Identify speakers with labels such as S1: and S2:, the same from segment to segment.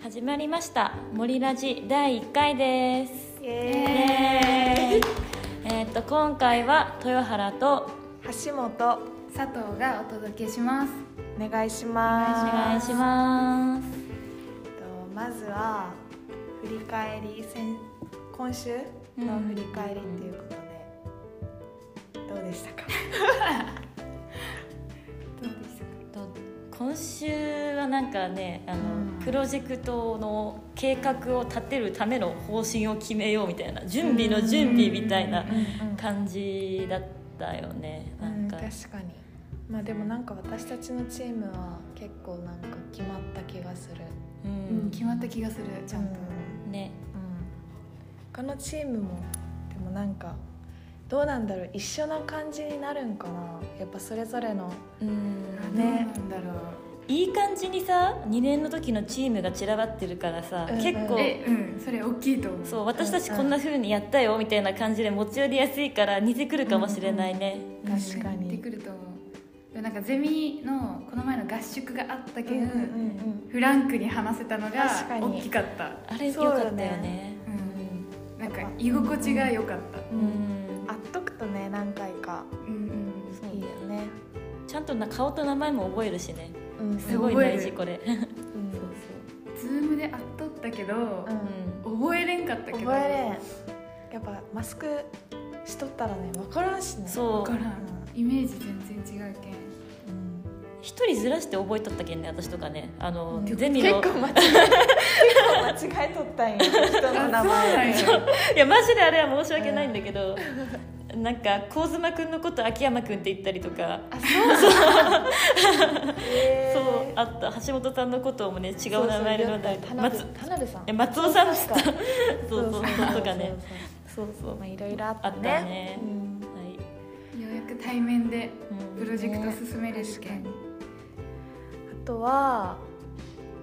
S1: 始まりました「森ラジ」第1回です
S2: イ
S1: イ
S2: エー
S1: エー
S2: イ
S1: イえーっと今回は豊原と
S2: 橋本
S3: 佐藤がお届けします
S2: お願いし
S1: お
S2: ま
S1: 願
S2: す
S1: いします
S2: えっとまずは振り返り先今週の振り返りっていうことでどうでしたか
S3: どうでしたか
S1: と今週はなんかねあの、
S2: うん
S1: プロジェクトの計画を立てるための方針を決めようみたいな準備の準備みたいな感じだったよね
S2: う
S1: なんん
S2: 確
S1: か
S2: かにまあでもなんか私たちのチームは結構なんか決まった気がする
S1: う
S3: うん、
S1: ん
S3: 決まった気がするちゃんと、
S1: ね
S2: 他のチームもでもなんかどうなんだろう一緒な感じになるんかなやっぱそれぞれの
S1: うん
S2: ね
S3: どうなんだろ
S1: いい感じにさ2年の時のチームが散らばってるからさ、
S2: うんうん
S1: 結
S3: う
S1: 構
S3: えうんそれ大きいと思う
S1: そう私たちこんな風にやったよみたいな感じで持ち寄りやすいから似てくるかもしれないね、
S2: 確か
S3: 言って
S2: に
S3: くると思うでなんかゼミのこの前の合宿があったけん、
S2: ん
S3: フランクに話せたのが
S2: 確かに
S3: 大きかった
S1: あれ良
S2: そうよ
S1: か
S2: ね
S1: ったよね
S3: うんなんか居心地が良かった
S1: うん、
S2: あっとくとね何回か
S3: うん
S1: そう
S2: いいよね
S1: ちゃんとな顔と名前も覚えるしね
S2: うん
S1: すごい
S3: 覚える
S1: 大事これ、
S2: うん
S1: そう
S3: うんズームで会っとったけど
S2: う、ん
S1: う
S3: 覚えれんかったけど
S2: 覚えれんやっぱマスクしとったらね分からんしね
S1: ん
S2: う
S1: そ
S3: わ
S1: う
S3: からんイメージ全然違うけ
S2: う
S3: ん
S2: ん
S1: 一人ずらして覚えとったけんね私とかねあの、
S2: うん
S1: ゼミ
S2: 結
S1: の
S2: 構間違え結構間違えとったんや人の名前
S3: あそうなんや
S1: いやマジであれは申し訳ないんだけど、なんか香妻くんのこと秋山くんって言ったりとか
S3: あそう
S2: へ
S1: そ
S2: ー
S1: うあった橋本さんのこともね違う名前で呼んだり
S2: 田辺
S1: 松
S2: 田辺さん
S1: え松尾さんでした
S2: そ
S1: そうそうそうとかねそうそう
S2: まあ
S1: はい
S2: ろいろあったね
S1: あったね
S2: うん
S1: い、
S3: ようやく対面で
S1: うん
S3: プロジェクト進めるしけん、
S2: あとは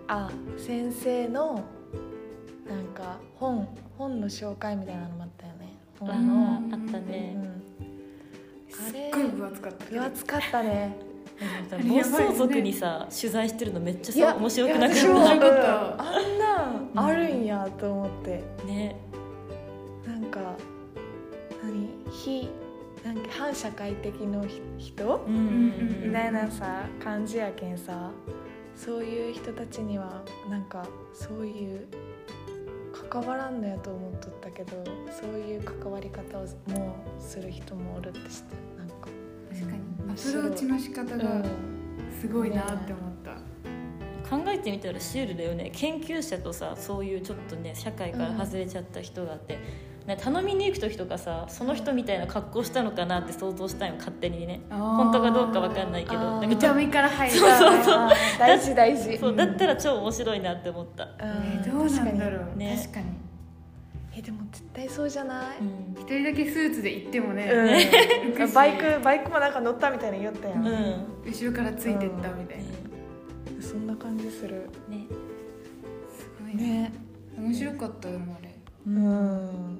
S2: あ先生のなんか本本の紹介みたいなのもあったよね
S1: あ
S2: 本
S1: の
S2: の
S1: あった
S2: う
S1: ね、
S2: ん
S3: すっごい分厚かったけど
S2: 分厚かったね
S3: れ
S1: 暴
S3: やばい
S1: 走
S3: ね
S1: 族にさ取材してるのめっちゃ
S2: いや
S1: さ面白くなく
S2: い
S1: な
S2: や私も
S1: っ
S3: 面白かった
S2: あんなんあるんやと思って
S1: たね
S2: なんか何非なんか反社会的のひ人
S1: うん
S3: うん
S2: みたいなさ感じやけんさそういう人たちにはなんかそういう関わらんのやと思っとったけどそういう関わり方をもうする人もおるって知ってなんか
S3: 確かに
S2: うん
S3: アプローチの仕方がすごいなって思った、
S1: 考えてみたらシュールだよね研究者とさそういうちょっとね社会から外れちゃった人があって、ね頼みに行く時とかさその人みたいな格好したのかなって想像したんよ勝手にね本当かどうかわかんないけど
S2: あー
S1: なんか
S3: 見
S1: ちょ
S3: た目から入る
S2: そうそうそう大事大事
S1: そうだったら超面白いなって思った、
S3: えーどうなんだろ
S2: 確か
S3: う、
S1: ね
S3: 確かに
S2: にえでも絶対そうじゃない、
S1: うん
S3: 一人だけスーツで行ってもね、
S2: うん
S3: ね
S2: バイクバイクもなんか乗ったみたいに言ったやん、
S1: うん
S3: 後ろからついてったみたいな、
S2: そんな感じする
S1: ね
S3: すごいね
S2: ね
S3: 面白かったでもあれ
S2: うん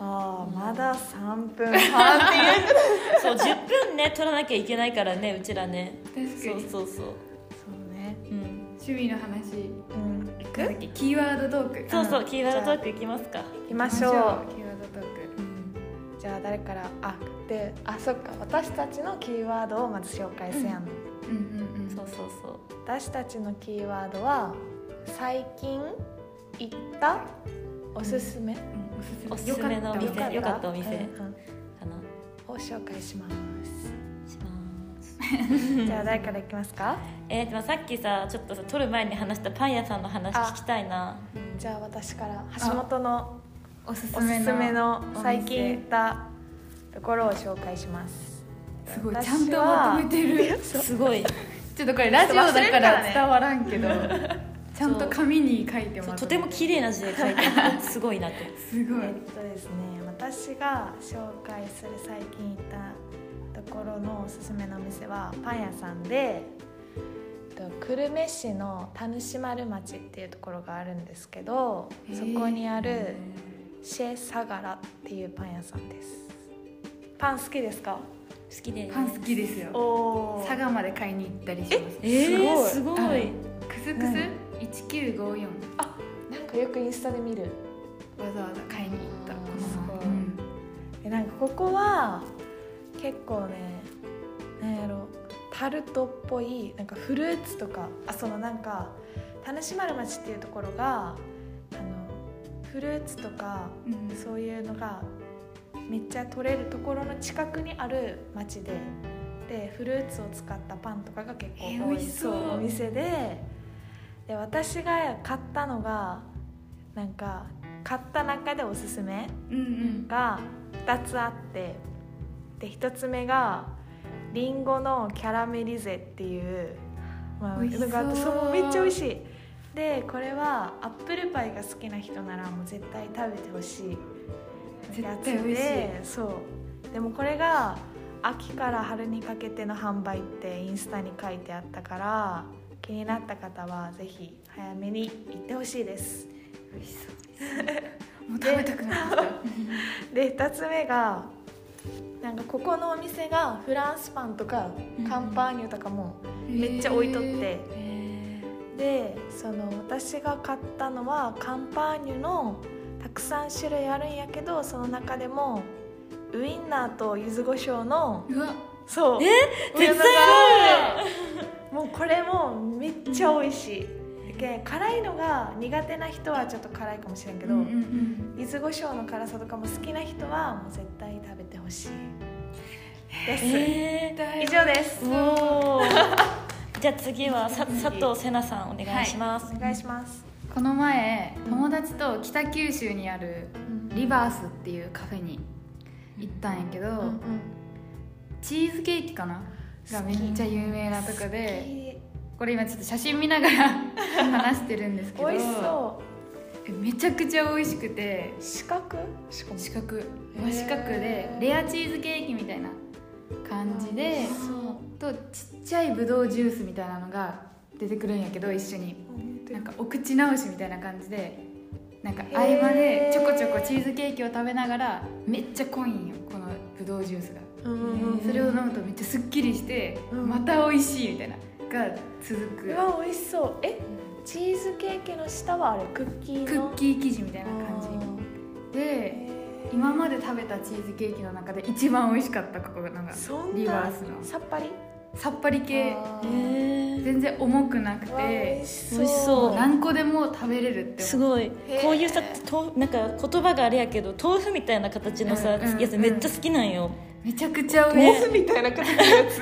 S2: ああまだ3分半っていう
S1: そう10分ね取らなきゃいけないからねうちらね
S3: 確かに
S1: そうそうそう、
S2: そうね
S1: うん、
S3: 趣味の話
S2: うん行く行
S3: キーワードトーク
S1: そうそううキーワードトークいきますか、
S2: きましょ
S3: キーワードトーク
S1: うん
S2: うじゃあ誰からあであそっか私たちのキーワードをまず紹介せやん、
S3: うんうんうん
S1: そうそうそう
S2: 私たちのキーワードは最近行ったおすすめ、
S3: うん
S1: お
S3: お
S1: す
S3: す
S1: す
S3: す
S1: め
S3: め
S1: のお店
S3: よかった
S1: よかったお店
S2: うんうん
S1: かな
S2: を紹介します
S1: します
S2: じゃあ誰から行きますか
S1: えー、でもさっきさちょっとさ撮る前に話したパン屋さんの話聞きたいな
S2: じゃあ私から橋本の
S3: おすす
S2: おすすめ
S3: めの
S2: の最近行ったところを紹介します
S3: すごい
S2: 私
S3: ちゃんと
S2: は
S3: まとめてる
S1: すごい
S3: ちょっとこれラジオだ
S2: 忘れるか
S3: か
S2: ら
S3: ら
S2: ね
S3: 伝わらんけどちゃんと紙に書いて
S1: そう
S3: ま
S1: と
S3: す
S1: ても綺麗な字で書いてあってすごいなと
S3: すごい
S2: えっとですね私が紹介する最近行ったところのおすすめのお店はパン屋さんでえっと久留米市の田主丸町っていうところがあるんですけどそこにあるシェ・サガラっていうパン屋さんですパン好きですか
S1: 好きです
S3: パン好きですよ
S2: お
S3: 佐賀まで買いに行ったりします
S1: えー、
S2: す
S1: すごい
S3: クスク
S2: うん
S3: ス1954
S2: なんかよくインスタで見る
S3: わざわざ買いに行ったこの
S2: あーすごいえなんかここは結構ねなんやろタルトっぽいなんかフルーツとかあそのなんか田主丸町っていうところがあのフルーツとか
S3: うんうん
S2: そういうのがめっちゃ取れるところの近くにある町ででフルーツを使ったパンとかが結構
S3: えー
S2: 多
S3: 美
S2: い
S3: 味しそう
S2: お店でで私が買ったのがなんか買った中でおすすめ
S3: うんうん
S2: が2つあってで1つ目がりんごのキャラメリゼっていう、まあ、
S3: 美味しそう
S2: のがあってそうめっちゃ美味しいでこれはアップルパイが好きな人ならもう絶対食べてほしいや
S3: 絶
S2: つ
S3: 対美味しい
S2: でそうでもこれが秋から春にかけての販売ってインスタに書いてあったから気になった方はぜひ早めに行ってほしいです
S3: 美味しそうですもう食べたくなってきた
S2: で2つ目がなんかここのお店がフランスパンとか
S3: うんうん
S2: カンパーニュとかも、めっちゃ置いとって
S3: へえ
S2: でその私が買ったのはカンパーニュのたくさん種類あるんやけどその中でもウインナーと柚子胡椒の
S3: うわ
S2: そう
S1: 絶対
S2: もう もうこれもめっちゃ美味しい、で辛いのが苦手な人はちょっと辛いかもしれんけど、
S3: うんうんうん
S2: 柚子胡椒の辛さとかも好きな人はもう絶対食べてほしいです、
S1: え
S2: 以上です
S1: ー、おーじゃあ次はさ佐藤瀬奈さんお願いします、
S2: お願いします、
S3: この前友達と北九州にあるリバースっていうカフェに行ったんやけど、
S2: うんうん
S3: チーズケーキかながめっちゃ有名なとこで
S2: 好
S3: これ今ちょっと写真見ながら 話してるんですけ
S2: き
S3: ど
S2: 美味しそ
S3: えめちゃくちゃ美味しくて
S2: う四角しかも
S3: 四角
S2: ー
S3: 真四角でレアチーズケーキみたいな感じでとちっちゃいぶどうジュースみたいなのが出てくるんやけど一緒になんかお口直しみたいな感じでなんか合間で
S2: へー
S3: ちょこちょこチーズケーキを食べながらめっちゃ濃いんよこのぶどうジュースが
S2: うんうん
S3: それを飲むとめっちゃすっきりして
S2: うん
S3: また美味しいみたいなが続
S2: う
S3: く
S2: わ美味しそうえチーズケーキの下はあれクッキーの
S3: クッキー生地みたいな感じ
S2: あ
S3: で
S2: ー
S3: 今まで食べたチーズケーキの中で一番美味しかったここがなんか
S2: そん
S3: リバ
S2: な
S3: ースの
S2: さっぱり
S3: さっぱり系
S2: あ
S1: え
S2: ー
S1: ー
S3: 全然重くなく
S2: うわ美
S3: て
S2: 味し
S1: 美味しそ
S2: そうう
S3: 何個でも食べれるって
S1: す
S3: 思う
S1: ごい
S2: ー
S1: こういうさとなんか言葉があれやけど豆腐みたいな形のさ、
S3: うんうんうん
S1: やつめっちゃ好きなんよ、
S3: めちゃくちゃ美味し
S2: 豆
S3: い
S2: 腐 みたいな感じのやつ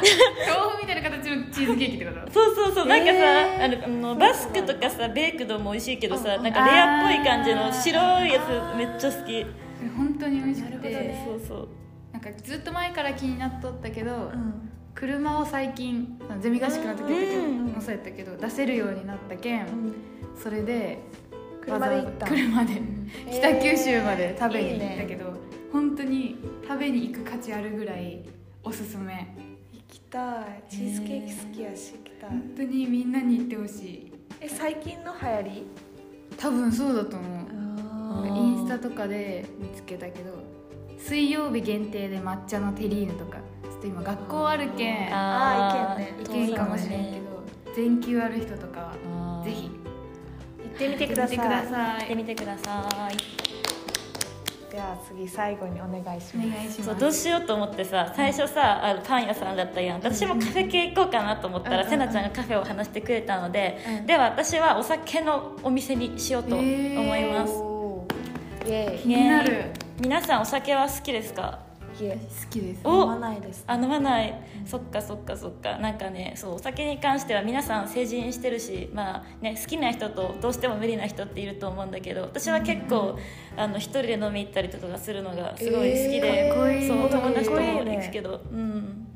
S3: 豆腐みたいな形のチーズケーキって こと
S1: そうそうそうなんかさ、
S2: えー
S1: あのあのバスクとかさベイクドも美味しいけどさ
S2: うん
S1: なんかレアっぽい感じ
S3: あ
S1: の
S3: ー
S1: 白いやつめっちゃ好き
S3: 本当に美味しく
S2: なるほど
S3: て
S2: ね
S1: そうそう
S3: なんかずっと前から気になっとったけど、
S2: うん
S3: 車を最近ゼミ合宿の時
S1: うん
S3: もそうやったけど出せるようになったけん、
S2: うん
S3: それで
S2: 車で行った
S3: わざわざ車で北九州まで食べに行った
S2: いい
S3: け
S2: ね
S3: ど、本当に食べに行く価値あるぐらいおすすめ
S2: 行きたいチーズケーキ好きやし行きたい
S3: 本当にみんなに行ってほしい
S2: え最近の流行り
S3: 多分そうだと思う
S1: あー
S3: インスタとかで見つけたけど水曜日限定で抹茶のテリーヌとかちょっと今学校あるけん行
S2: あー
S1: ー
S2: いけん
S3: けんかもしれんけど全休ある人とか
S1: あ
S3: は
S1: ー
S3: ぜひ
S2: 行ってみてください
S3: 行ってみてくださ
S1: 行って
S3: い
S1: みてください
S2: では次最後にお願いし
S3: お
S2: ます
S3: 願いし
S1: そ
S3: ま
S1: う
S3: す
S1: どうしようと思ってさ最初さあのパン屋さんだったやん私もカフェ系行こうかなと思ったら、
S2: うん
S1: せなちゃんがカフェを話してくれたので、
S2: うん
S1: では私はお酒のお店にしようと思います、
S2: おーイエ
S3: 気にな
S1: イ
S3: る
S1: エ皆さんお酒は好きですか
S2: イイエ
S3: 好きです
S2: イ
S1: お
S2: 飲まないです
S1: あ飲まないそっかそっかそっかなんかねそうお酒に関しては皆さん成人してるしまあね好きな人とどうしても無理な人っていると思うんだけど私は結構、あの一人で飲み行ったりとかするのがすごい好きで、
S2: えーかっこいい
S1: そうお友達とも
S2: かっこいいね
S1: 行くけど、うん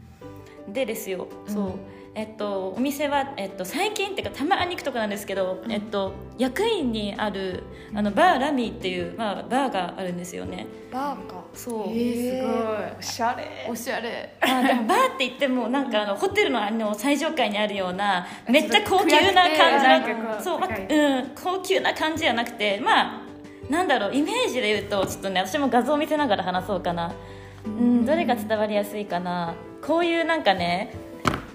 S1: でですよそう、
S2: うん
S1: えっと、お店は、えっと、最近っていうかたまに行くとこなんですけど、えっと、役員にあるあのバーラミーっていう、まあ、バーがあるんですよね
S2: バーか
S1: そう、
S3: えーすごい
S2: おしゃれ
S3: おしゃれ
S1: あでもバーって言ってもなんかあのホテルのあの最上階にあるようなめっちゃ高級な感
S3: ち
S1: じ
S3: ょっと暗くてなんかこ
S1: の
S3: う
S1: そう、まあ
S3: 高い
S1: うん、高級な感じじゃなくてまあなんだろうイメージで言うとちょっとね私も画像を見せながら話そうかな、うん、どれが伝わりやすいかなこういうなんかね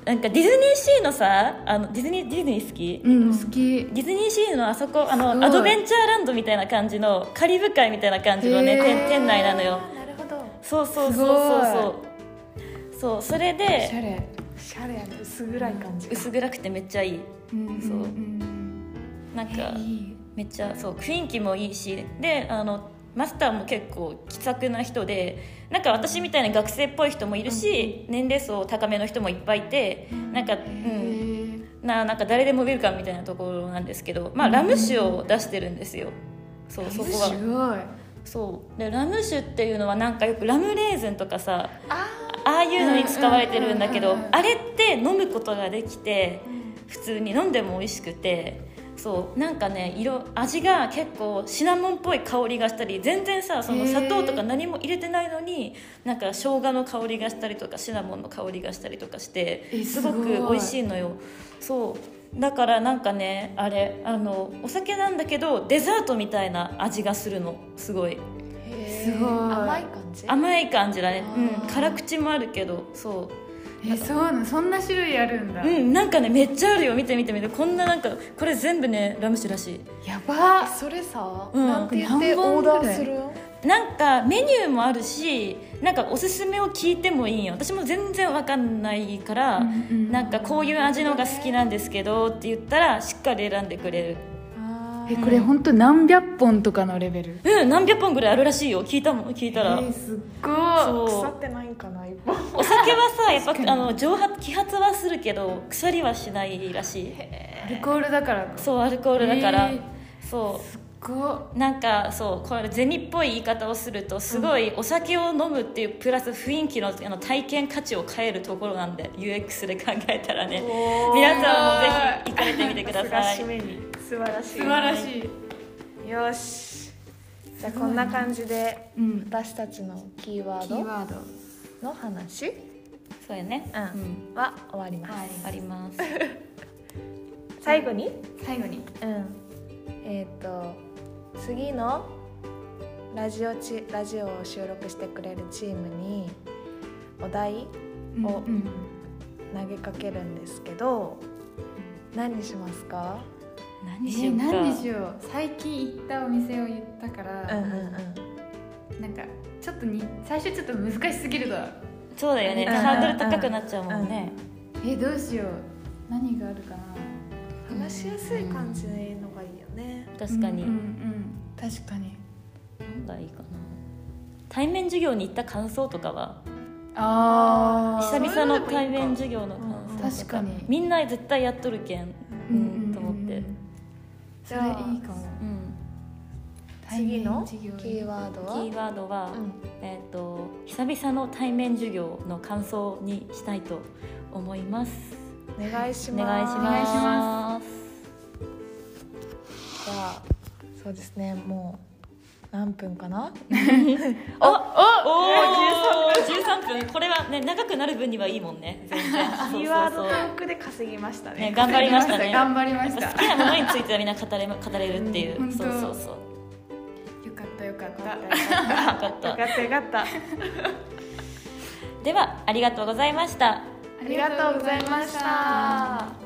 S1: なんかディズニーシーのさあのディズニーディズニー好き、
S3: うん好き
S1: ディズニーシーのあそこあ
S3: すご
S1: の
S3: い
S1: アドベンチャーランドみたいな感じのカリブ海みたいな感じの
S3: へ
S1: ね
S3: ー
S1: 店店内なのよ
S2: なるほど
S1: そうそう
S3: す
S1: そ
S3: ご
S1: う
S3: い
S1: そうそうそうそれ
S3: おしゃ
S1: で
S3: れ
S2: シャレやね薄暗い感じ
S1: 薄暗くてめっちゃいい
S3: うん
S1: そうんなん
S3: え
S1: か
S3: ーいい
S1: めっちゃそう雰囲気もいいしであのマスターも結構気さくな人でなんか私みたいな学生っぽい人もいるし、年齢層高めの人もいっぱいいてなんか、う
S3: へ
S1: ん、
S3: ー
S1: ななんか誰でもウェルカムみたいなところなんですけど、まあ、ラム酒を出してるんですよ。そうそこは
S3: すごい
S1: そうでラム酒っていうのはなんかよくラムレーズンとかさ
S2: あ
S1: ああいうのに使われてるんだけ
S3: う
S1: ど
S3: んうんうんうん
S1: あれって飲むことができて普通に飲んでも美味しくてそうなんかね色味が結構シナモンっぽい香りがしたり全然さそ
S3: へ
S1: の
S3: ー
S1: 砂糖とか何も入れてないのになんか生姜の香りがしたりとかシナモンの香りがしたりとかして
S3: え
S1: すごく
S3: すごい
S1: 美味しいのよそうだからなんかねあれあのお酒なんだけどデザートみたいな味がするのすごい
S2: へ
S3: す
S2: ー
S3: ごい
S2: 甘い感じ
S1: 甘い感じだね
S2: あ、
S1: うん
S2: ー、
S1: 辛口もあるけどそ
S3: えそうなのそんな種類あるんだ、
S1: ううんなんかねめっちゃあるよ見て見て見てこんななんかこれ全部ねラム酒らしい
S3: やば
S2: それさ、
S1: うん
S2: なんて言って
S3: 何本
S2: オー
S3: ぐらい
S2: ダーするの
S1: なんかメニューもあるしなんかおすすめを聞いてもいいんよ私も全然わかんないから、なんかこういう味のが好きなんですけどって言ったらしっかり選んでくれ
S2: あ
S3: えこれ本当何百本とかのレベル
S1: るうん何百本ぐらいあるらしいよ聞いたもん聞いたら、
S3: えーすっごい
S1: そ
S2: 腐
S1: う
S2: ってないんかな一本
S1: お酒はさ やっ
S3: 確か
S1: ぱ
S3: に
S1: あの蒸発揮発はするけど腐りはしないらしい
S3: アルコールだからか
S1: そうアルコールだから、
S3: えー
S1: そう
S3: すっごい
S1: なんかそうこれ銭っぽい言い方をするとすごいお酒を飲むっていうプラス雰囲気のあの体験価値を変えるところなんで UX で考えたらね皆さんもぜひ行かれてみてください
S2: 締めに素晴らしい
S3: 素晴らしい、
S2: よしじゃあこんな感じで
S3: うん
S2: 私たちのキーワー
S3: キー
S2: ド
S3: ワード
S2: の話
S1: そうやね
S2: うん
S1: ん
S2: は終わります、
S3: はい
S1: あります
S2: 最後に
S3: 最後に
S2: うんえっ、と次のラジオチラジオを収録してくれるチームにお題お
S3: うんうん
S2: 投げかけるんですけど何にしますか
S1: 何
S3: え
S1: しよう
S3: ー
S1: か、
S3: 何にしよう最近行ったお店を言ったから、
S2: うんうんうん
S3: なんかちょっとに最初ちょっと難しすぎるだ
S1: そうだよね
S2: うん
S1: ハードル高くなっちゃうもんね
S3: えーどうしよう何があるかな
S2: 話しやすい感じのがいいよね
S1: 確かに
S3: うんうんうん確かに
S1: 何がいいかな対面授業に行った感想とかは
S3: あ
S1: 久
S3: あ
S1: 々の対面授業の感想とか
S3: 確かに
S1: みんな絶対やっとるけん
S3: う
S1: うんん
S3: うんうん
S1: と思って
S3: それいいかも
S1: うん
S2: 次のキ
S3: 対面授業
S2: ーワード
S1: キ
S2: は
S1: ーワードは、
S2: うん
S1: えー、と久々の対面授業の感想にしたいと思います。
S2: お願いし
S1: お
S2: ます
S1: 願いします。
S2: じゃあそうですねもう何分かな
S1: おおおお十三分これはね長くなる分にはいいもんね。全然
S2: キーワードトークで稼ぎましたね
S1: ね頑張りましたね。やっ
S3: 頑張りまし
S1: ぱ
S3: た
S1: 好きなものについてはみんな語れ語れるっていう。
S3: うん
S1: そう
S3: 本当
S1: そうそう。
S3: よかったよかっ
S2: よか
S1: よか
S2: っ
S3: た
S1: った
S2: よ
S1: た。
S2: かったよかった
S1: ではありがとうございました。
S2: ありがとうございました。